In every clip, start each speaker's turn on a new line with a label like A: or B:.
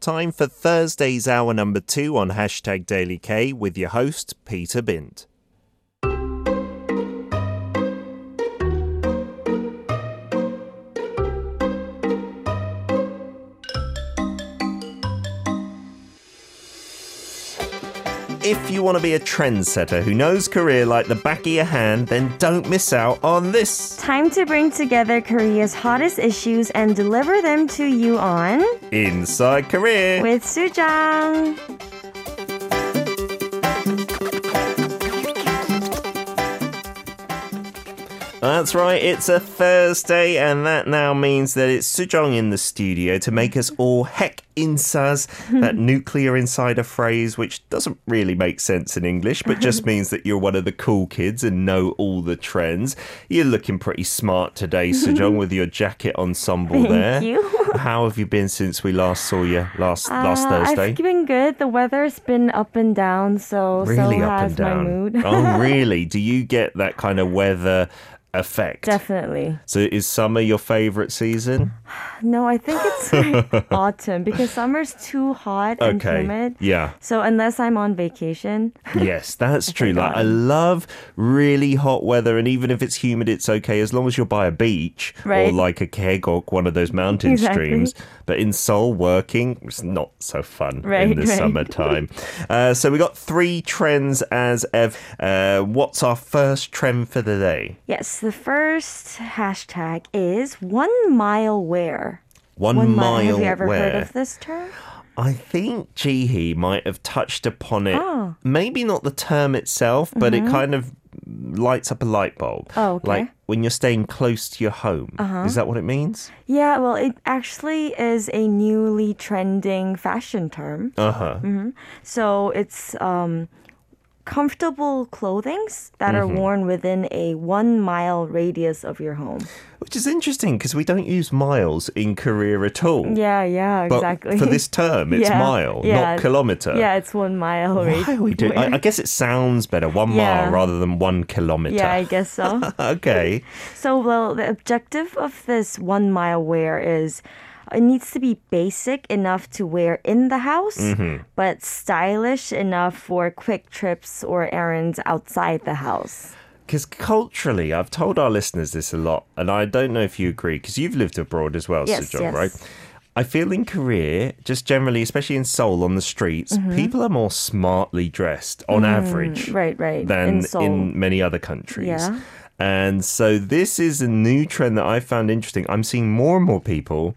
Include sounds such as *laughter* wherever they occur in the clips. A: time for Thursday's hour number two on hashtag Daily K with your host, Peter Bint. If you want to be a trendsetter who knows Korea like the back of your hand, then don't miss out on this.
B: Time to bring together Korea's hottest issues and deliver them to you on
A: Inside Korea.
B: with Sujang.
A: That's right, it's a Thursday, and that now means that it's Sujong in the studio to make us all heck
B: *laughs*
A: insas, that nuclear insider phrase, which doesn't really make sense in English, but just
B: *laughs*
A: means that you're one of the cool kids and know all the trends. You're looking pretty smart today, Sujong, with your jacket ensemble there.
B: you. *laughs*
A: How have you been since we last saw you last last
B: Uh,
A: Thursday?
B: I've been good. The weather's been up and down, so
A: really
B: so
A: up
B: has
A: and down.
B: my mood.
A: oh, really? Do you get that kind of weather effect?
B: *laughs* Definitely.
A: So is summer your favourite season?
B: No, I think
A: *laughs*
B: it's autumn because summer's too hot and
A: Okay.
B: humid.
A: Yeah.
B: So unless I'm on vacation, *laughs*
A: Yes, that's true. Like I love really hot weather and even if it's humid it's okay as long as you're by a beach or
B: Right.
A: like a kegok, one of those mountain
B: Exactly.
A: streams. But in Seoul working, it's not so fun in
B: Right,
A: the
B: right. *laughs*
A: summertime. uh, so we got three trends as ev uh, what's our first trend for the day?
B: yes, the first hashtag is one mile where.
A: One,
B: One
A: mile,
B: Have you ever
A: where?
B: heard of this term?
A: I think Jeehee might have touched upon it.
B: Oh.
A: Maybe not the term itself, but it kind of lights up a light bulb.
B: Mm-hmm. Oh, okay. Uh-huh.
A: Like when you're staying close to your home. Is that what it means?
B: Yeah, well, it actually is a newly trending fashion term. Mm-hmm.
A: Uh huh.
B: So it's um, comfortable clothings that are
A: Mm-hmm.
B: worn within a one mile radius of your home.
A: Which is interesting because we don't use miles in Korea at all.
B: Yeah, yeah,
A: But
B: exactly.
A: for this term, it's
B: Yeah,
A: mile,
B: yeah.
A: not kilometer.
B: *laughs* yeah, it's one mile.
A: Why are we doing? I, I guess it sounds better, one
B: Yeah.
A: mile rather than one kilometer.
B: yeah, I
A: *laughs*
B: guess so.
A: okay.
B: So, well, the objective of this one mile wear is it needs to be basic enough to wear in the house,
A: Mm-hmm.
B: but stylish enough for quick trips or errands outside the house.
A: Because culturally, I've told our listeners this a lot, and I don't know if you agree, because you've lived abroad as well,
B: Yes,
A: Sir John,
B: yes.
A: right? I feel in Korea, just generally, especially in Seoul on the streets,
B: Mm-hmm.
A: people are more smartly dressed on average
B: Right, right. Mm. in
A: than in,
B: Seoul.
A: many other countries.
B: Yeah.
A: And so this is a new trend that I found interesting. I'm seeing more and more people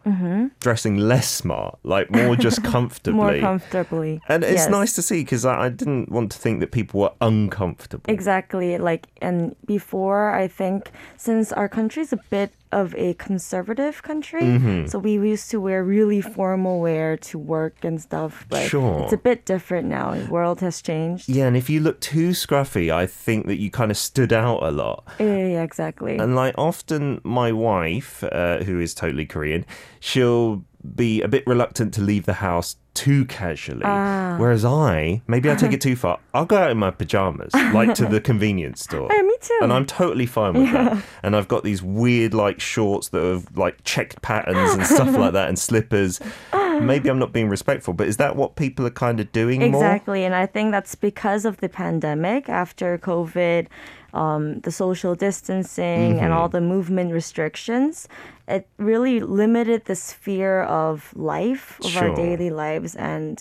A: dressing less smart, like more just comfortably.
B: Mm-hmm. *laughs* more comfortably.
A: and it's
B: Yes.
A: nice to see because I, I didn't want to think that people were uncomfortable.
B: Exactly. Like, and before, I think, since our country's a bit of a conservative country,
A: Mm-hmm.
B: so we used to wear really formal wear to work and stuff, but
A: Sure.
B: it's a bit different now. The world has changed.
A: Yeah, and if you look too scruffy, I think that you kind of stood out a
B: *laughs*
A: lot.
B: Yeah, exactly.
A: And like often, my wife, uh, who is totally Korean, she'll be a bit reluctant to leave the house too casually.
B: Ah.
A: Whereas I, maybe I take
B: *laughs*
A: it too far. I'll go out in my pajamas, like to the convenience store.
B: Yeah, me too.
A: And I'm totally fine with that. And I've got these weird like shorts that have like checked patterns and
B: *laughs*
A: stuff like that, and slippers. Maybe I'm not being respectful, but is that what people are kind of doing more?
B: Exactly, and I think that's because of the pandemic after COVID, um, the social distancing, and
A: Mm-hmm.
B: all the movement restrictions. It really limited the sphere of life, of
A: Sure.
B: our daily lives, and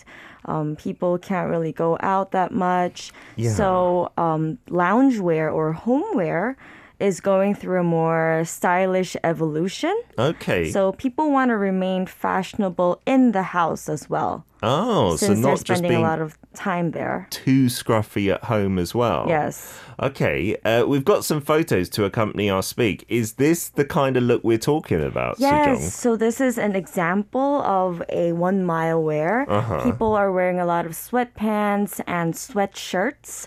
B: um, people can't really go out that much.
A: Yeah.
B: So, um, loungewear or homeware is going through a more stylish evolution.
A: Okay.
B: So, people want to remain fashionable in the house as well
A: Oh, so
B: since they're
A: not just
B: spending
A: being
B: a lot of time there.
A: too scruffy at home as well.
B: Yes.
A: Okay. Uh, we've got some photos to accompany our speak. Is this the kind of look we're talking about,
B: Yes. So this is an example of a one
A: Uh-huh.
B: mile wear. People are wearing a lot of sweatpants and sweatshirts.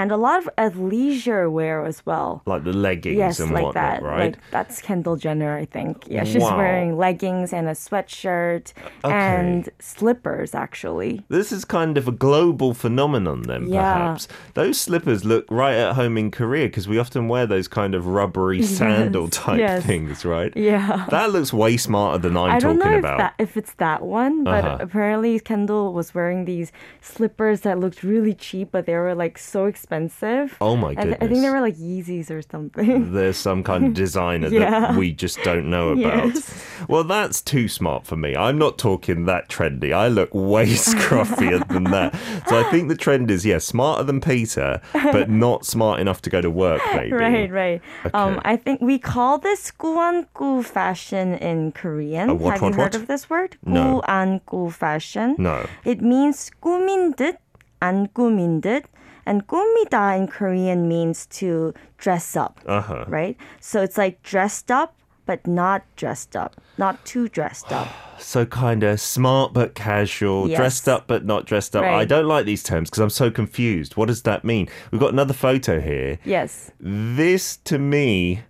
B: and a lot of athleisure wear as well.
A: Like the leggings
B: Yes,
A: and
B: like
A: whatnot,
B: that.
A: right?
B: Like that's Kendall Jenner, I think. Yeah, she's
A: Wow.
B: wearing leggings and a sweatshirt
A: Okay.
B: and slippers actually.
A: This is kind of a global phenomenon, then,
B: Yeah.
A: perhaps. Those slippers look right at home in Korea because we often wear those kind of
B: *laughs*
A: rubbery sandal type
B: yes.
A: things, right?
B: Yeah.
A: That looks way smarter than I'm
B: I don't
A: talking
B: know if,
A: about.
B: that, if it's that one, but
A: Uh-huh.
B: apparently Kendall was wearing these slippers that looked really cheap, but they were like so expensive.
A: Oh my
B: I, th- I
A: goodness.
B: think they were like Yeezys or something.
A: There's some kind
B: *laughs*
A: of designer that
B: Yeah.
A: we just don't know about.
B: Yes.
A: Well, that's too smart for me. I'm not talking that trendy. I look way
B: *laughs*
A: scruffier than that. So I think the trend is, yeah, smarter than Peter,
B: *laughs*
A: but not smart enough to go to work, maybe.
B: Right, right. Um,
A: Okay.
B: I think we call this guangu fashion in Korean.
A: Uh, what,
B: Have
A: what,
B: you
A: what?
B: heard of this word?
A: No.
B: guangu fashion.
A: No.
B: It means 꾸민 듯, 안 꾸민 듯. And 꾸미다 in Korean means to dress up,
A: Uh-huh.
B: right? So it's like dressed up, but not dressed up, not too
A: *gasps*
B: dressed up.
A: So kind of smart but casual,
B: Yes.
A: dressed up but not dressed up.
B: Right.
A: I don't like these terms because I'm so confused. What does that mean? We've got another photo here.
B: Yes.
A: This to me,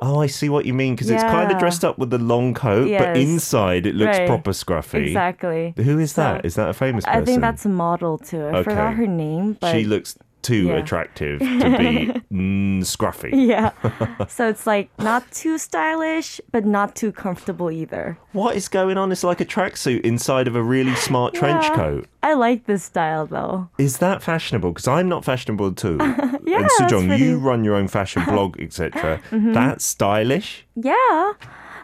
A: oh, I see what you mean because it's kind of
B: Yeah.
A: dressed up with the long coat, but
B: Yes.
A: inside it looks
B: Right.
A: proper scruffy.
B: Exactly.
A: Who is that? Is
B: So,
A: that a famous person?
B: I think that's a model too. I forgot
A: Okay.
B: her name, but
A: she looks too
B: Yeah. *laughs*
A: attractive to be mm, scruffy.
B: yeah. so it's like not too stylish, but not too comfortable either.
A: What is going on? It's like a tracksuit inside of a really smart trench
B: Yeah.
A: coat.
B: I like this style though.
A: Is that fashionable? Because I'm not fashionable at all.
B: *laughs* Yeah,
A: and
B: that's
A: Sujong, you
B: pretty- Mm-hmm.
A: run your own
B: *laughs*
A: fashion blog, etc. That's stylish.
B: Yeah.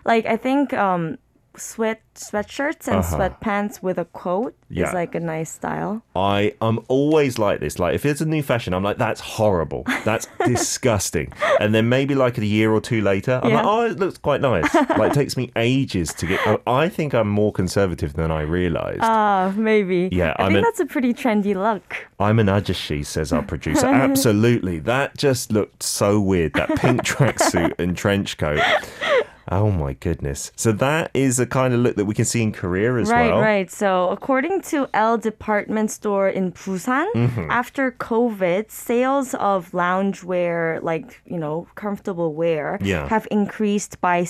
B: Like I think um sweat sweatshirts and
A: Uh-huh.
B: sweatpants with a coat
A: Yeah.
B: is like a nice style.
A: I am always like this. Like if it's a new fashion, I'm like, that's horrible.
B: *laughs*
A: That's disgusting. And then maybe like a year or two later, I'm like,
B: Yeah.
A: oh, it looks quite
B: *laughs*
A: nice. like it takes me ages to get. I- I think I'm more conservative than I realised.
B: Ah, maybe.
A: Yeah,
B: I
A: I'm an-
B: think that's a pretty trendy look.
A: I'm an ajashi, says our
B: *laughs*
A: producer. Absolutely. That just looked so weird. That
B: *laughs*
A: pink tracksuit and trench coat. Oh my goodness. So that is a kind of look that we can see in Korea as
B: Right,
A: well.
B: right. So, according to L department store in Busan,
A: Mm-hmm.
B: after COVID, sales of loungewear, like, you know, comfortable wear,
A: Yeah.
B: have increased by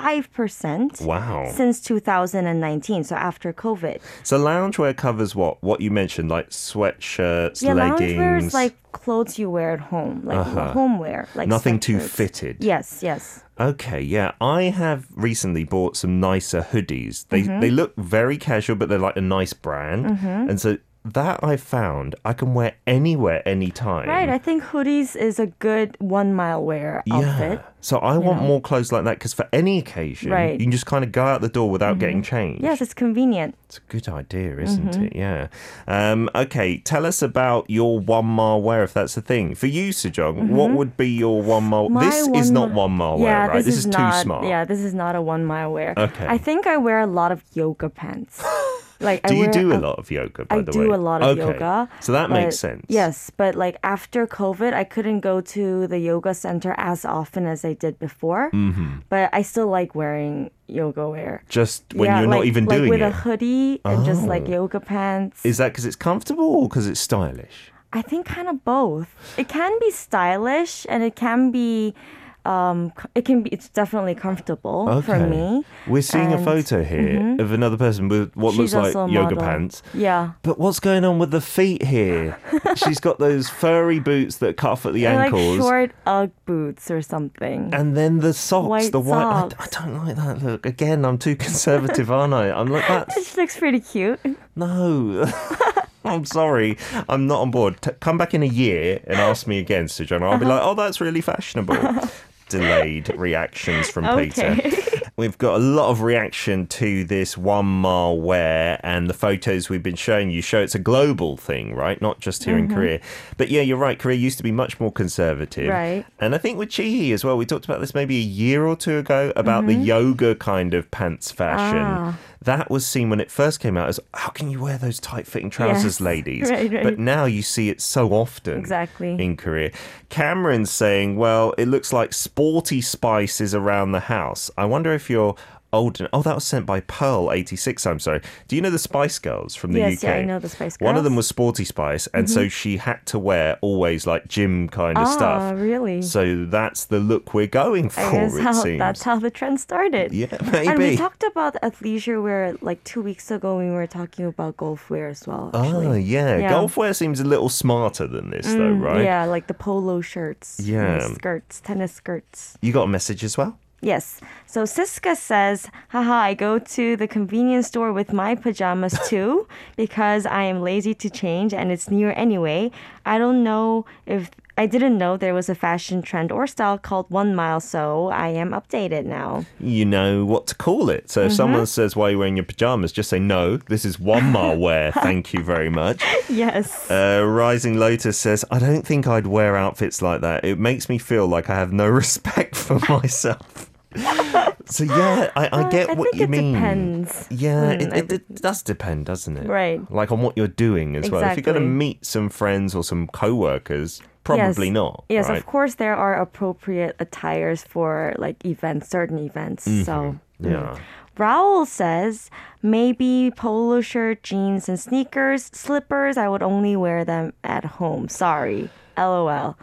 B: 65%
A: Wow.
B: since 2019. So, after COVID.
A: So loungewear covers what? What you mentioned, like sweatshirts,
B: Yeah,
A: leggings. Uh-huh.
B: loungewear is like clothes you wear at home, like homeware. Like
A: Nothing too
B: sweatshirts.
A: fitted.
B: Yes, yes.
A: Okay, yeah. I have recently bought some nicer hoodies. They
B: Mm-hmm.
A: they look very casual, but they're like a nice brand. And so that I found I can wear anywhere, anytime.
B: Right, I think hoodies is a good one mile wear outfit.
A: So I want more clothes like that because for any occasion,
B: Right. Mm-hmm.
A: you can just kind of go out the door without getting changed.
B: Yes, Mm-hmm. it's convenient.
A: It's a good idea, isn't it? Yeah. Um, okay, tell us about your one mile wear, if that's the thing. For you, Sejong, what would be your one mile?
B: Mm-hmm. My
A: this is
B: one
A: not
B: mi-
A: one mile
B: yeah,
A: wear, right? This, is,
B: not,
A: too smart.
B: Yeah, this is not a one mile wear.
A: Okay.
B: I think I wear a lot of
A: *gasps*
B: yoga pants. Like
A: Do
B: I
A: you
B: wear
A: do a
B: a-
A: lot of yoga, by
B: I
A: the
B: do
A: way?
B: a lot of
A: okay.
B: yoga.
A: So that makes sense.
B: but- Yes, but like after COVID, I couldn't go to the yoga center as often as I did before. Mm-hmm. But I still like wearing yoga wear.
A: Just when
B: yeah,
A: you're
B: like,
A: not even
B: like
A: doing
B: with
A: it. Oh.
B: a hoodie and just like yoga pants.
A: Is that because it's comfortable or because it's stylish?
B: I think kind of both. It can be stylish and it can be um c- it can be it's definitely comfortable for
A: Okay.
B: me.
A: We're seeing a
B: And- mm-hmm.
A: photo here of another person with what looks
B: She's also
A: like
B: a
A: yoga
B: model.
A: pants.
B: Yeah.
A: But what's going on with the feet
B: *laughs*
A: here? She's got those furry boots that cut off at the
B: They're
A: ankles.
B: like short Ugg boots or something.
A: and then the socks,
B: White
A: the white. I- I,
B: socks.
A: don't like that look. Again, I'm too conservative, aren't I? I'm like, that's
B: She looks pretty cute.
A: no. *laughs* I'm sorry. I'm not on board. T- come back in a year and ask me again, Sujan. I'll be like, oh, that's really fashionable. Delayed reactions from Peter. We've got a lot of reaction to this one mile wear, and the photos we've been showing you show it's a global thing, right? Not just here in Korea. But yeah, you're right. Korea used to be much more conservative.
B: Right.
A: And I think with Chihi as well, we talked about this maybe a year or two ago about the yoga kind of pants fashion. That was seen when it first came out as how can you wear those tight fitting trousers,
B: Yes. *laughs*
A: ladies?
B: Right,
A: But
B: right.
A: now you see it so often
B: Exactly.
A: in Korea. Cameron's saying, well, it looks like sporty spices around the house. I wonder if you're old enough. Oh, that was sent by Pearl86, I'm sorry. Do you know the Spice Girls from the
B: Yes,
A: UK?
B: yeah, I know the Spice
A: One of
B: Girls. Mm-hmm.
A: them was Sporty Spice, and so she had to wear always like gym kind of
B: Ah,
A: stuff.
B: really?
A: So that's the look we're going for,
B: I guess
A: it
B: how,
A: seems.
B: that's how the trend started. *laughs*
A: Yeah,
B: And we
A: maybe.
B: talked about athleisure wear like two weeks ago when we were talking about golf wear as well. Actually.
A: Oh, yeah.
B: Yeah. Mm,
A: Golf wear seems a little smarter than this, though, right?
B: Yeah, like the polo shirts, and the
A: Yeah.
B: skirts, tennis skirts.
A: You got a message as well?
B: Yes. So Siska says, haha, I go to the convenience store with
A: *laughs*
B: my pajamas too because I am lazy to change and it's near anyway. I don't know if I didn't know there was a fashion trend or style called one mile, so I am updated now.
A: you know what to call it. So if
B: Mm-hmm.
A: someone says, Why are you wearing your pajamas? just say, No, this is one
B: *laughs*
A: mile wear. Thank you very much.
B: Yes.
A: Uh, Rising Lotus says, I don't think I'd wear outfits like that. It makes me feel like I have no *laughs* respect for
B: *laughs*
A: myself. so yeah, I, I get
B: I
A: what
B: think
A: you
B: it
A: mean.
B: depends.
A: Yeah,
B: Mm, I
A: it, it, it does depend, doesn't it?
B: Right.
A: Like on what you're doing as well. If you're going to
B: Exactly.
A: meet some friends or some co-workers, probably
B: yes.
A: not.
B: Yes,
A: right?
B: of course there are appropriate attires for like events, certain events. So
A: Mm-hmm. Yeah.
B: Raoul says maybe polo shirt, jeans, and sneakers, slippers. I would only wear them at home. Sorry. LOL.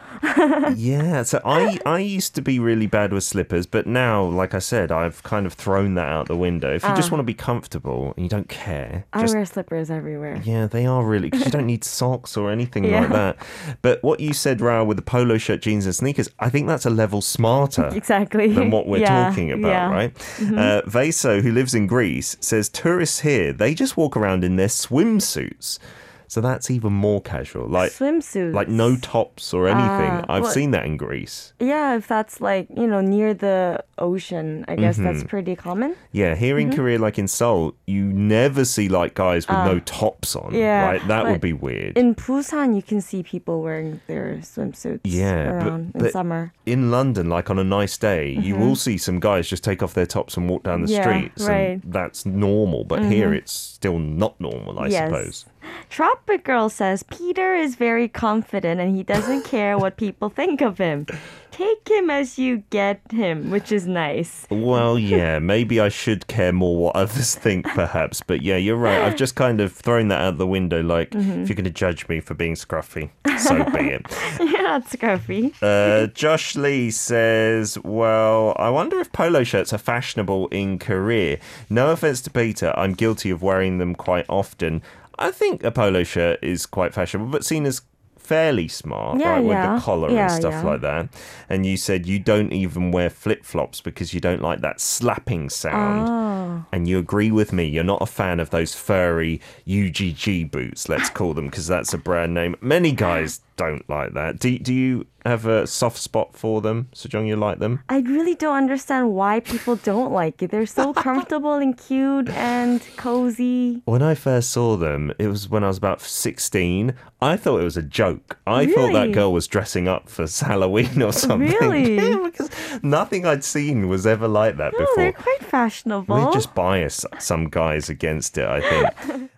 A: yeah
B: *laughs*
A: so i i used to be really bad with slippers but now like i said i've kind of thrown that out the window if you just want to be comfortable and you don't care
B: Ah. I
A: just
B: wear slippers everywhere. *laughs*
A: yeah, they are really because you don't need socks or anything
B: Yeah.
A: like that. But what you said, Rao, with the polo shirt, jeans, and sneakers, I think that's a level smarter
B: Exactly. *laughs*
A: than what we're
B: Yeah,
A: talking about,
B: yeah. Mm-hmm.
A: right? Uh, Vaso, who lives in Greece, says tourists here they just walk around in their swimsuits, so that's even more casual, like
B: Swimsuits.
A: like no tops or anything.
B: Ah,
A: I've
B: well-
A: seen that in Greece.
B: Yeah, if that's like, you know, near the ocean, I
A: Mm-hmm.
B: guess that's pretty common.
A: Yeah, here in
B: Mm-hmm.
A: Korea, like in Seoul, you never see like guys with no tops on.
B: Uh, yeah,
A: right? that would
B: but
A: be weird.
B: In Busan, you can see people wearing their swimsuits
A: Yeah, but-
B: around in
A: but-
B: summer.
A: in London, like on a nice day, you will see some guys just take off their tops and walk down the
B: Mm-hmm. Yeah,
A: streets.
B: right. Mm-hmm.
A: And that's normal, but here it's still not normal, I
B: Yes.
A: suppose.
B: Tropic Girl says Peter is very confident and he
A: *laughs*
B: doesn't care what people think of him. Take him as you get him, which is nice. *laughs*
A: Well, yeah, maybe I should care more what others think, perhaps. But yeah, you're right. I've just kind of thrown that out the window. Like,
B: Mm-hmm.
A: if you're going to judge me for being scruffy, so be it.
B: You're not scruffy.
A: Uh,
B: *laughs*
A: Josh Lee says, Well, I wonder if polo shirts are fashionable in Korea. No offense to Peter, I'm guilty of wearing them quite often. I think a polo shirt is quite fashionable, but seen as fairly smart,
B: Yeah,
A: right, with
B: yeah.
A: the collar and
B: Yeah,
A: stuff
B: yeah.
A: like that. And you said you don't even wear flip flops because you don't like that slapping sound.
B: Oh,
A: And you agree with me, you're not a fan of those furry UGG boots, let's call them, because that's a brand name. Many guys don't like that. Do, do you have a soft spot for them, Sejong? You like them?
B: I really don't understand why people don't like it.
A: *laughs*
B: They're so comfortable and cute and cozy.
A: When I first saw them, it was when I was about 16. I thought it was a joke. I thought that
B: Really?
A: girl was dressing up for Halloween or *laughs* something.
B: Really?
A: Yeah, *laughs* because nothing I'd seen was ever like that
B: Oh,
A: before.
B: they're quite fashionable.
A: We just bias some guys against it, I think.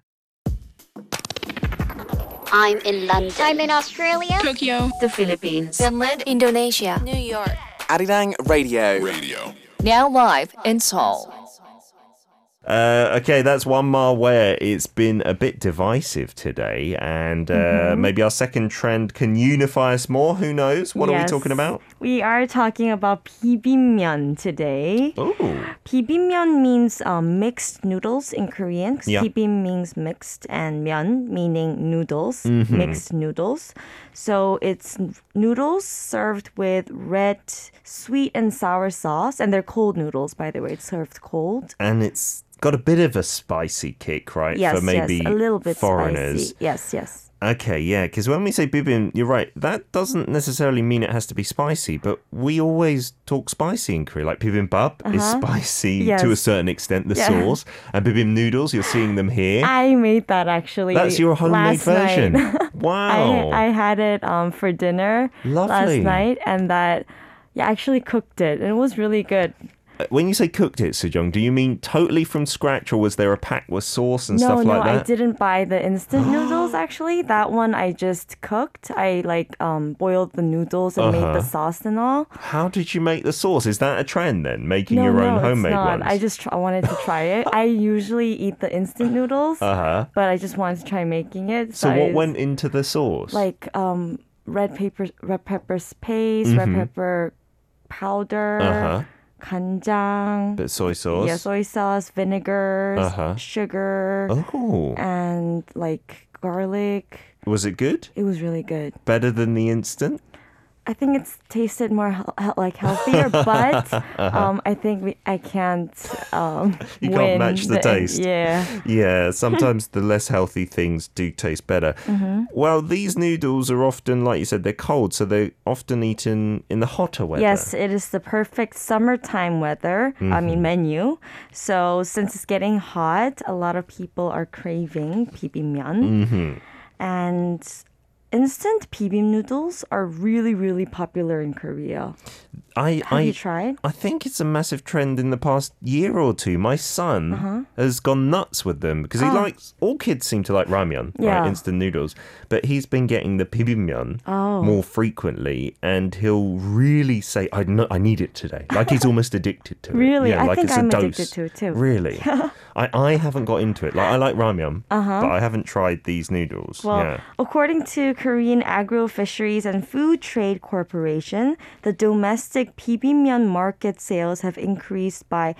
C: I'm in London. I'm in Australia.
D: Tokyo,
C: The Philippines. Finland. Indonesia. New York.
E: Arirang Radio.
C: Now live in Seoul.
A: Uh, okay, that's one mile where it's been a bit divisive today, and uh,
B: Mm-hmm.
A: maybe our second trend can unify us more. Who knows? What are we
B: Yes.
A: talking about?
B: We are talking about bibimbap today.
A: Oh,
B: Bibimbap means um, mixed noodles in Korean. 'cause
A: Yeah.
B: Bibim means mixed and myeon meaning noodles,
A: Mm-hmm.
B: mixed noodles. So it's n- noodles served with red, sweet, and sour sauce. And they're cold noodles, by the way. It's served cold.
A: and it's got a bit of a spicy kick, right?
B: Yes,
A: for maybe
B: yes, a little bit
A: foreigners.
B: spicy. Yes, yes.
A: Okay, yeah, because when we say bibim, you're right. That doesn't necessarily mean it has to be spicy, but we always talk spicy in Korea. Like bibimbap is spicy to a
B: Uh-huh. Yes.
A: certain extent, the
B: Yeah.
A: sauce, and bibim noodles. You're seeing them here.
B: I made that actually.
A: That's your homemade
B: last night.
A: version. Wow.
B: *laughs* I, I had it um, for dinner
A: Lovely.
B: last night, and that yeah, I actually cooked it, and it was really good.
A: when you say cooked it, Sejong, do you mean totally from scratch, or was there a pack with sauce and
B: No,
A: stuff
B: no,
A: like that?
B: I didn't buy the instant
A: *gasps*
B: noodles actually. That one I just cooked. I like um boiled the noodles and made
A: Uh-huh.
B: the sauce and all.
A: How did you make the sauce? Is that a trend then, making *laughs* your
B: no,
A: own
B: no,
A: homemade
B: it's not.
A: ones?
B: I just tr- I wanted to try
A: *laughs*
B: it. I usually eat the instant noodles, uh-huh. but I just wanted to try making it.
A: so
B: I
A: what went into the sauce?
B: like um red pepper red pepper paste, red pepper powder,
A: Mm-hmm. Uh-huh.
B: 간장,
A: Bit of soy sauce.
B: yeah, soy sauce, vinegars,
A: Uh-huh.
B: sugar,
A: oh,
B: and like garlic.
A: was it good?
B: It was really good.
A: Better than the instant?
B: I think it's tasted more hel- hel- like
A: *laughs*
B: healthier, but um, I think we, I can't.
A: Uh-huh.
B: Um,
A: *laughs* You can't
B: win
A: match the taste. *laughs*
B: Yeah. *laughs*
A: Yeah, sometimes the less healthy things do taste better.
B: Mm-hmm.
A: Well, these noodles are often, like you said, they're cold, so they're often eaten in the hotter weather.
B: Yes, it is the perfect summertime weather. I
A: Mm-hmm.
B: mean menu. So since it's getting hot, a lot of people are craving bibimbap,
A: Mm-hmm.
B: and instant bibimbap noodles are really really popular in Korea.
A: I,
B: Have
A: I,
B: you tried?
A: I think it's a massive trend in the past year or two. My son
B: Uh-huh.
A: has gone nuts with them because he likes all kids seem to like ramyun,
B: Oh. Yeah.
A: right? Instant noodles. But he's been getting the bibimbap
B: Oh.
A: more frequently and he'll really say, I, no, I need it today. Like he's almost addicted to it.
B: Really?
A: Yeah,
B: I
A: like
B: think
A: it's a
B: I'm
A: dose.
B: addicted to it too.
A: Really?
B: *laughs*
A: I, I haven't got into it. Like I like ramyun, but I haven't tried these noodles.
B: Uh-huh. Well,
A: yeah.
B: according to Korean Agro Fisheries and Food Trade Corporation, the domestic bibimbap market sales have increased by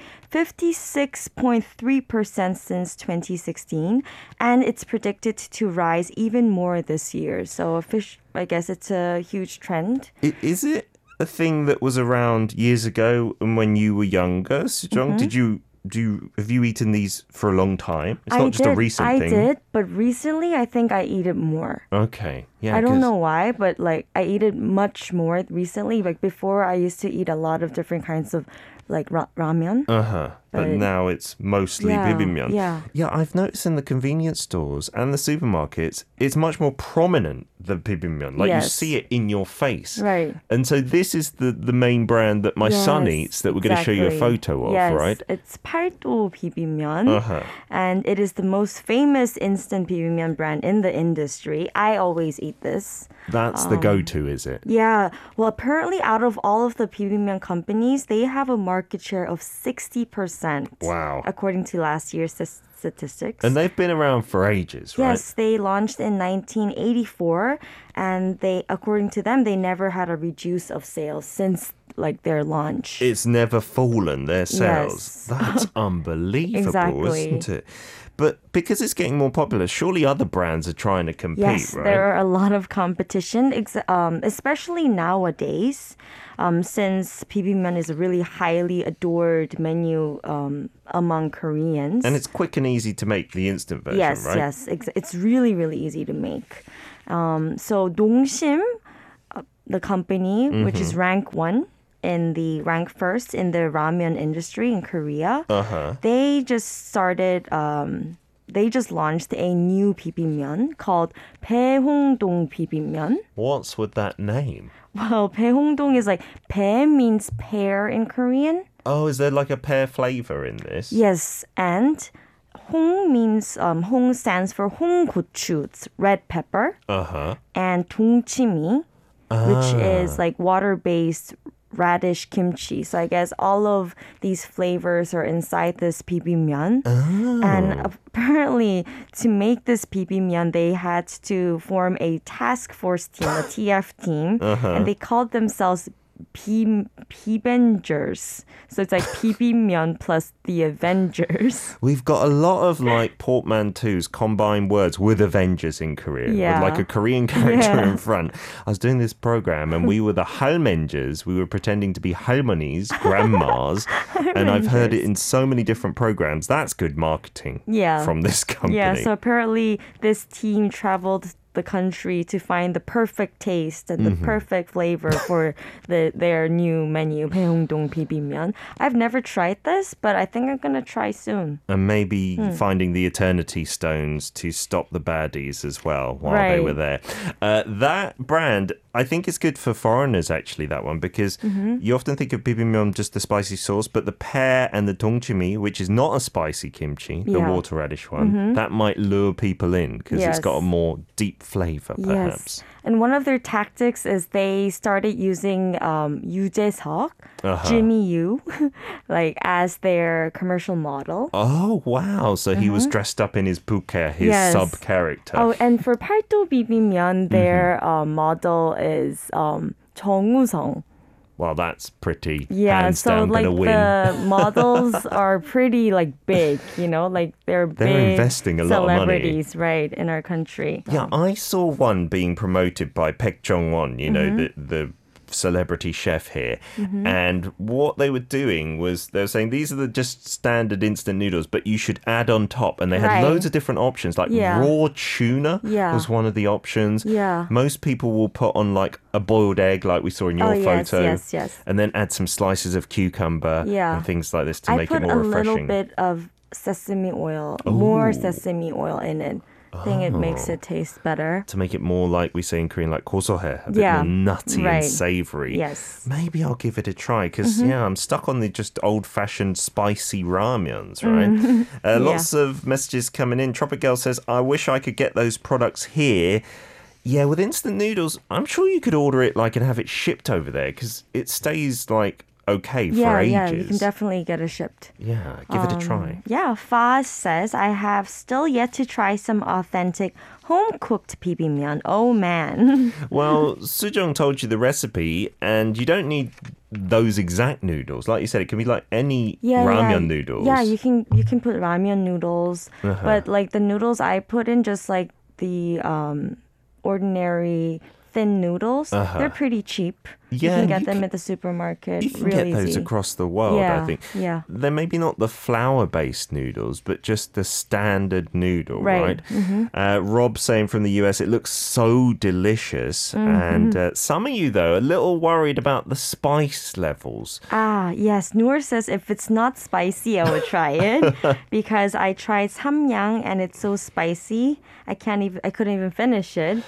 B: 56.3% since 2016, and it's predicted to rise even more this year. So, a fish, I guess it's a huge trend.
A: I- Is it a thing that was around years ago and when you were younger, Sejong?
B: Mm-hmm.
A: Did you do you, have you eaten these for a long time? It's
B: I
A: not just
B: did,
A: a recent
B: I
A: thing.
B: did, but recently I think I eat it more.
A: Okay. Yeah.
B: I
A: 'cause-
B: don't know why, but like I eat it much more recently. Like before, I used to eat a lot of different kinds of like ra- ramen.
A: But
B: but-
A: now it's mostly
B: Yeah,
A: bibimbap.
B: yeah.
A: Yeah, I've noticed in the convenience stores and the supermarkets, it's much more prominent the bibimbap. Like you
B: Yes.
A: see it in your face.
B: Right.
A: And so this is the the main brand that my son
B: Yes,
A: eats that we're going to show you a
B: exactly.
A: photo of,
B: yes,
A: right? Uh-huh.
B: It's Pardo Bibimbap, and it is the most famous instant bibimbap brand in the industry. I always eat this.
A: That's
B: Um,
A: the go-to, is it?
B: Yeah. Well, apparently, out of all of the bibimbap companies, they have a market share of sixty percent.
A: Wow.
B: According to last year's s- statistics.
A: And they've been around for ages, right?
B: Yes, they launched in 1984, and they, according to them, they never had a reduce of sales since like their launch.
A: it's never fallen their sales.
B: *laughs* Yes.
A: That's unbelievable, isn't
B: Exactly.
A: it? But because it's getting more popular, surely other brands are trying to compete,
B: Yes,
A: right?
B: there are a lot of competition, ex- um, especially nowadays, um, since bibimbap is a really highly adored menu um, among Koreans.
A: and it's quick and easy to make the instant version,
B: yes,
A: right?
B: yes, ex- it's really really easy to make. Um, so Dongshim, uh, the company which is rank one in the rank first in the ramen industry in Korea, they just started. Um, they just launched a new bibimbap called 배홍동 bibimbap.
A: What's with that name?
B: *laughs* Well, 배홍동 is like 배 means pear in Korean.
A: Oh, is there like a pear flavour in this?
B: Yes, and hong means um, hong stands for 홍고추, it's red pepper,
A: Uh huh.
B: and 동치미, which is like water-based radish kimchi. So I guess all of these flavors are inside this bibimbap. And apparently, to make this bibimbap, they had to form a task force team, a TF team, and they called themselves P- Pibengers. So it's like bibimbap plus the Avengers.
A: We've got a lot of like portmanteaus combined words with Avengers in Korea,
B: Yeah.
A: with like a Korean character in front. I was doing this program and we were the Halmengers. We were pretending to be Halmonies,
B: *laughs*
A: grandmas. and I've heard it in so many different programs. That's good marketing
B: Yeah.
A: from this company.
B: Yeah, so apparently this team traveled the country to find the perfect taste and
A: Mm-hmm.
B: the perfect flavor for the, their new menu, Baeongdong bibimbap. I've never tried this, but I think I'm gonna try soon.
A: And maybe
B: Hmm.
A: finding the Eternity Stones to stop the baddies as well while they
B: Right.
A: were there. Uh, that brand, I think, is good for foreigners, actually, that one, because
B: Mm-hmm.
A: you often think of bibimbap just the spicy sauce, but the pear and the dongchimi, which is not a spicy kimchi, the
B: Yeah. Mm-hmm.
A: waterradish one, that might lure people in because it's
B: Yes.
A: got a more deep flavor, perhaps.
B: Yes. And one of their tactics is they started using um, Yu Jae-seok,
A: Uh-huh.
B: Jimmy Yu, *laughs* like as their commercial model.
A: Oh, wow. So he was dressed up in his bouquet, his
B: Mm-hmm. Yes.
A: sub character.
B: Oh, and for 팔도 비빔면, their
A: Mm-hmm.
B: uh, model is um, Jung Woo-sung.
A: Well, that's pretty.
B: Yeah,
A: hands
B: so
A: down,
B: like
A: gonna win.
B: the
A: *laughs*
B: models are pretty like big, you know, like they're,
A: They're
B: big
A: investing a lot of money.
B: celebrities, right, in our country.
A: Yeah, I saw one being promoted by Pek Chong Won, you know, the
B: Mm-hmm.
A: the celebrity chef here. And what they were doing was they were saying these are the just standard instant noodles, but you should add on top. And they had
B: Right.
A: loads of different options, like
B: Yeah.
A: raw tuna
B: Yeah.
A: was one of the options.
B: Yeah.
A: Most people will put on like a boiled egg, like we saw in your
B: Oh, yes,
A: photo.
B: yes, yes.
A: And then add some slices of cucumber and
B: Yeah.
A: things like this to
B: I
A: make
B: put
A: it more
B: a
A: refreshing.
B: little bit of sesame oil, more sesame oil in it. I think it makes
A: Oh.
B: it taste better.
A: to make it more like we say in Korean, like kosohe, a bit
B: Yeah,
A: more nutty and
B: right.
A: savory.
B: Yes.
A: Maybe I'll give it a try because,
B: Mm-hmm.
A: yeah, I'm stuck on the just old fashioned spicy ramyuns, right?
B: *laughs*
A: Uh, Lots of messages coming in. Tropic Girl says, I wish I could get those products here. Yeah, with instant noodles, I'm sure you could order it like and have it shipped over there because it stays like okay
B: Yeah,
A: for ages.
B: yeah, you can um, definitely get it shipped.
A: yeah, give it a try.
B: Yeah, Faz says I have still yet to try some authentic home cooked bibimbap. Oh man. *laughs*
A: Well, Sujong told you the recipe, and you don't need those exact noodles. Like you said, it can be like any
B: yeah,
A: ramyun
B: yeah.
A: noodles. Uh-huh.
B: Yeah, you can you can put ramyun noodles, but like the noodles I put in just like the um ordinary thin noodles. They're pretty cheap.
A: Uh-huh. Yeah, and
B: you can get
A: you
B: them
A: can-
B: at the supermarket.
A: You can
B: really
A: get those
B: easy.
A: across the world, I
B: Yeah,
A: think.
B: yeah.
A: They're maybe not the flour based noodles, but just the standard noodle, right?
B: Right, Mm-hmm.
A: Uh, Rob saying from the US, it looks so delicious.
B: Mm-hmm.
A: And uh, some of you, though, are a little worried about the spice levels.
B: Ah, yes. Noor says if it's not spicy, I would try
A: *laughs*
B: it because I tried samyang and it's so spicy. I can't even. I couldn't even finish it.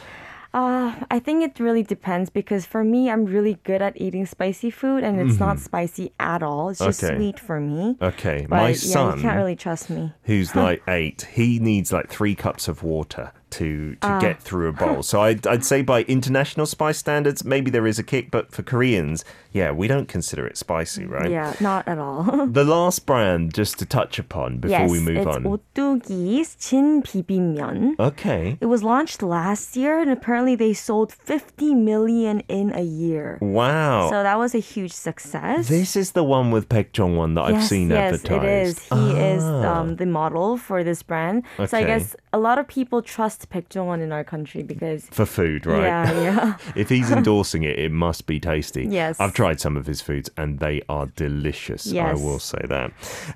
B: Uh, I think it really depends because for me, I'm really good at eating spicy food and it's not spicy at all. It's just
A: Mm-hmm. Okay.
B: sweet for me.
A: Okay,
B: But
A: my
B: yeah,
A: son.
B: you can't really trust me. *laughs*
A: who's like eight, he needs like three cups of water to
B: Ah.
A: to get through a bowl. So I'd, I'd say by international spice standards, maybe there is a kick, but for Koreans, yeah, we don't consider it spicy, right?
B: Yeah, not at all. *laughs*
A: The last brand just to touch upon before
B: yes,
A: we move
B: it's
A: on.
B: 오뚜기's Jin Bibimyeon.
A: okay.
B: It was launched last year and apparently they sold 50 million in a year.
A: Wow.
B: So that was a huge success.
A: Oh. this is the one with Pek Chong one that I've
B: yes,
A: seen
B: yes,
A: advertised. Ah.
B: it is. He is um, the model for this brand. So I
A: Okay.
B: guess a lot of people trust Baek Jong-won in our country because
A: for food, right?
B: yeah, *laughs* yeah.
A: *laughs* if he's endorsing it, it must be tasty.
B: Yes.
A: I've tried some of his foods and they are delicious. I
B: Yes.
A: will say that.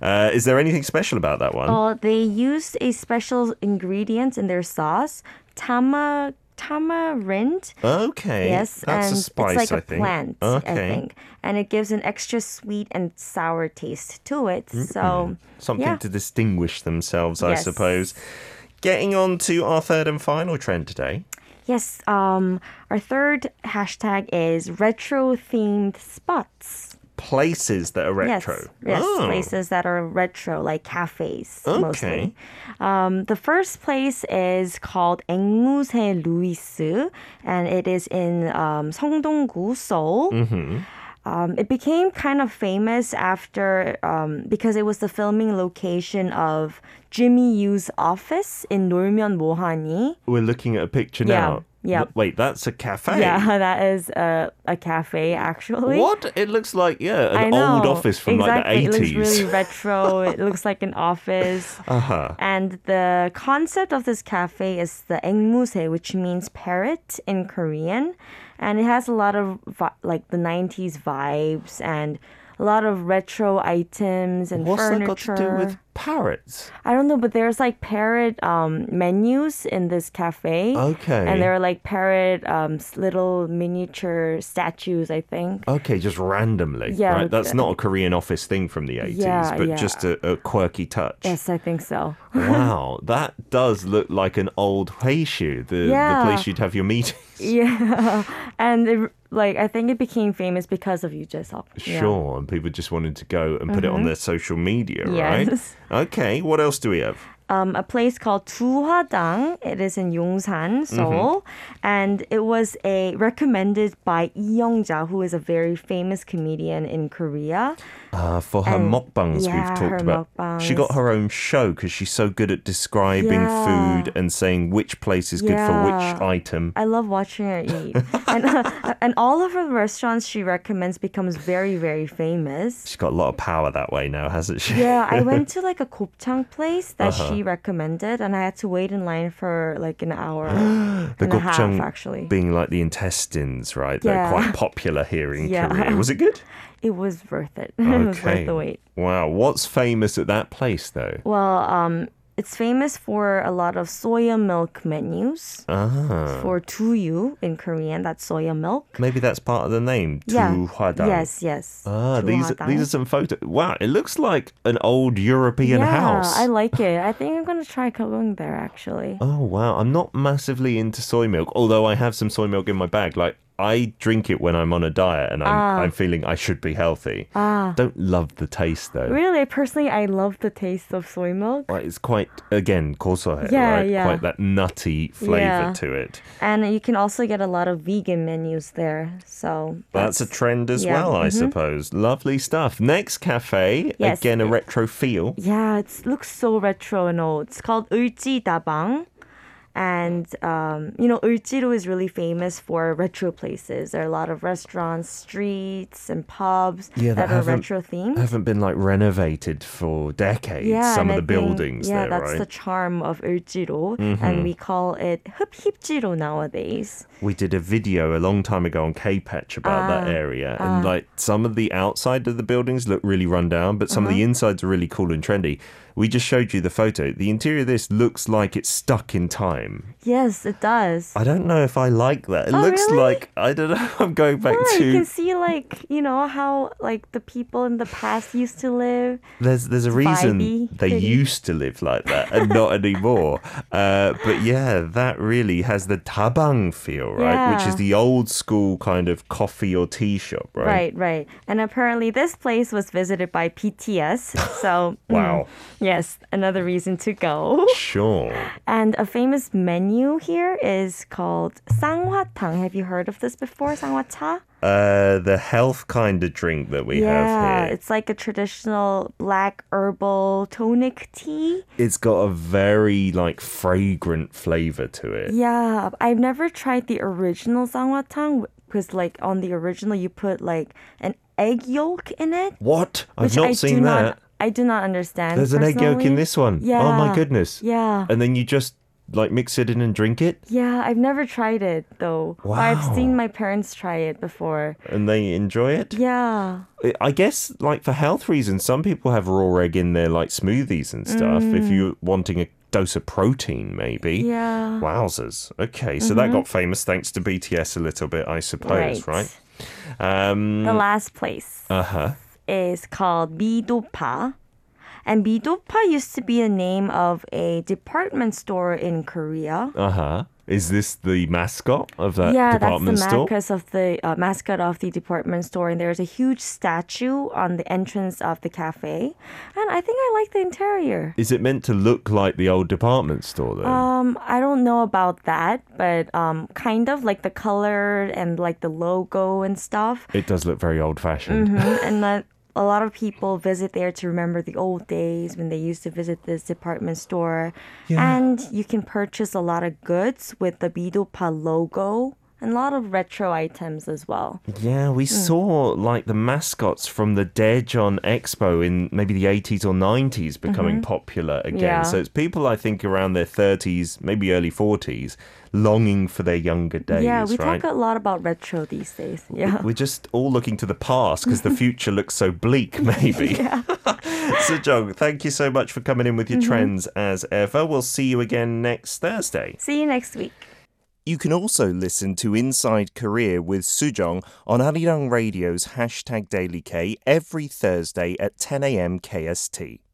A: Uh, is there anything special about that one?
B: Well, they used a special ingredient in their sauce, tama tamarind.
A: Okay.
B: Oh, Yes,
A: That's
B: and
A: a spice,
B: it's like
A: I
B: a
A: think.
B: plant,
A: okay.
B: I think, and it gives an extra sweet and sour taste to it. So
A: Something
B: yeah.
A: to distinguish themselves, I
B: Yes.
A: suppose. Getting on to our third and final trend today.
B: Yes, um, our third hashtag is retro themed spots.
A: Places that are retro.
B: Yes, yes
A: Oh,
B: places that are retro, like cafes
A: Okay.
B: mostly. Um, the first place is called Engmuse Louis, and it is in um, Seongdong-gu, Seoul.
A: Mm-hmm.
B: Um, it became kind of famous after um, because it was the filming location of Jimmy Yu's office in Normyeon Mohani.
A: We're looking at a picture
B: Yeah,
A: now.
B: yeah.
A: Th- Wait, that's a cafe.
B: Yeah, *laughs* that is a, a cafe actually.
A: What? It looks like, yeah,
B: I
A: an
B: know.
A: old office from
B: exactly.
A: like the 80s.
B: It looks really retro. it looks like an office.
A: uh-huh.
B: And the concept of this cafe is the engmuse, which means parrot in Korean, and it has a lot of vi- like the 90s vibes and a lot of retro items
A: *laughs*
B: and
A: What's that
B: furniture.
A: got to do with parrots?
B: I don't know, but there's like parrot um, menus in this cafe.
A: Okay.
B: And there are like parrot um, s- little miniature statues, I think.
A: Okay, just randomly.
B: Yeah,
A: right?
B: with
A: That's
B: the-
A: not a Korean office thing from the 80s,
B: Yeah,
A: but
B: yeah.
A: just a, a quirky touch.
B: Yes, *laughs* I think so.
A: Wow, that does look like an old Heishu, the,
B: Yeah.
A: the place you'd have your meetings.
B: *laughs* Yeah. And it, like, I think it became famous because of Yu Jae Suk.
A: Sure, and people just wanted to go and put it on their social media,
B: Mm-hmm. Yes.
A: right? Okay, what else do we have?
B: um, a place called Chuhwadang. It is in Yongsan, Seoul, and it was a recommended by Lee Young-ja, who is a very famous comedian in Korea.
A: Uh, for her
B: And-
A: mukbangs,
B: Oh, yeah,
A: we've
B: her
A: talked about. She
B: mukbangs.
A: got her own show because she's so good at describing
B: Yeah.
A: food and saying which place is good for which
B: Yeah.
A: item.
B: I love watching her eat, and uh, and all of her restaurants she recommends becomes very very famous.
A: She's got a lot of power that way now, hasn't she?
B: Yeah, I went to like a gopchang place that she recommended, and I had to wait in line for like an hour
A: the
B: and a half
A: gopchang
B: actually.
A: being like the intestines, right? They're
B: Yeah.
A: quite popular here in
B: Yeah.
A: Korea. Was it good?
B: it was worth it. *laughs* it was worth the wait.
A: Wow. What's famous at that place though?
B: Well, um, it's famous for a lot of soya milk menus.
A: Ah,
B: For tuyu in Korean, that's soya milk.
A: maybe that's part of the name. Tuhwadang.
B: Yes, yes.
A: Ah, these are, these are
B: Tuhadang.
A: some photos. Wow, it looks like an old European
B: yeah,
A: house.
B: I like it. I think I'm gonna try going there actually.
A: Oh wow, I'm not massively into soy milk, although I have some soy milk in my bag. Like I drink it when I'm on a diet and I'm,
B: Ah.
A: I'm feeling I should be healthy. Don't love the taste though.
B: Really, personally, I love the taste of soy milk.
A: Like, it's quite again kosohe,
B: Yeah,
A: right?
B: yeah.
A: Quite that nutty flavor
B: Yeah.
A: to it.
B: And you can also get a lot of vegan menus there. So
A: That's a trend as
B: yeah,
A: well,
B: mm-hmm.
A: I suppose. Lovely stuff. Next cafe,
B: Yes.
A: again a retro feel.
B: Yeah, it looks so retro and old. It's called Ulji Dabang. And, um, you know, Uljido is really famous for retro places. There are a lot of restaurants, streets, and pubs
A: Yeah, that
B: that, are
A: haven't-
B: retro themed.
A: Haven't been like renovated for decades.
B: Mm-hmm. yeah,
A: some
B: and
A: of the
B: I think-
A: buildings
B: yeah,
A: there,
B: that's
A: right? Mm-hmm.
B: the charm of Uljido. And we call it Hupjiro nowadays.
A: we did a video a long time ago on K-Patch about
B: Ah,
A: that area, and like some of the outside of the buildings look really run down, but some of the
B: Uh-huh.
A: insides are really cool and trendy. We just showed you the photo. The interior of this looks like it's stuck in time.
B: Yes, it does.
A: I don't know if I like that. It
B: Oh,
A: looks
B: really?
A: like I don't know. *laughs* I'm going back
B: Yeah, you
A: to
B: can see, like, you know, how, like, the people in the past used to live.
A: there's there's a reason
B: vibey,
A: they
B: pretty.
A: used to live like that and
B: *laughs*
A: not anymore. Uh, but yeah, that really has the tabang feel, right? Which is
B: Yeah.
A: the old school kind of coffee or tea shop,
B: Right, right. And apparently, this place was visited by PTS.
A: *laughs*
B: So, mm,
A: Wow.
B: yes, another reason to go.
A: Sure.
B: And a famous menu here is called sanghwatang. Have you heard of this before? Sanghwacha?
A: Uh, the health kind of drink that we
B: Yeah,
A: have here.
B: it's like a traditional black herbal tonic tea.
A: It's got a very like fragrant flavor to it.
B: Yeah, I've never tried the original sanghwatang because, like, on the original, you put like an egg yolk in it.
A: What? I've
B: which
A: not
B: I
A: seen
B: do
A: that.
B: Not, I do not understand.
A: There's an egg yolk in
B: personally.
A: this one. Oh
B: Yeah.
A: my goodness.
B: Yeah.
A: And then you just like mix it in and drink it,
B: Yeah, I've never tried it though. But I've
A: Wow.
B: seen my parents try it before.
A: and they enjoy it.
B: Yeah.
A: I- I guess like for health reasons, some people have raw egg in their like smoothies and stuff.
B: Mm.
A: If you're wanting a dose of protein, maybe.
B: Yeah. Mm-hmm.
A: Wowzers. Okay, so that got famous thanks to BTS a little bit, I suppose,
B: Right.
A: right? Um,
B: The last place
A: Uh-huh.
B: is called Bidopa. And Bidopa used to be the name of a department store in Korea.
A: Uh huh. Is this the mascot of that
B: yeah, that's the
A: department store?
B: mascot of the uh, mascot of the department store, and there's a huge statue on the entrance of the cafe. And I think I like the interior.
A: Is it meant to look like the old department store then?
B: Um, I don't know about that, but um, kind of like the color and like the logo and stuff.
A: it does look very old fashioned.
B: *laughs* and that a lot of people visit there to remember the old days when they used to visit this department store. And you can purchase a lot of goods with the Bidopa logo and a lot of retro items as well.
A: Yeah, we
B: Mm.
A: saw like the mascots from the Daejeon Expo in maybe the 80s or 90s becoming popular again.
B: Mm-hmm. Yeah.
A: So it's people I think around their 30s, maybe early 40s, longing for their younger days.
B: yeah, we
A: right?
B: talk a lot about retro these days. *laughs* Yeah.
A: We're just all looking to the past because the future looks so bleak, *laughs* maybe. Sejong, thank you so much for coming in with your trends as ever. We'll see you again next Thursday.
B: See you next week.
A: You can also listen to Inside Korea with Sujong on Arirang Radio's hashtag Daily K every Thursday at 10 a.m. KST.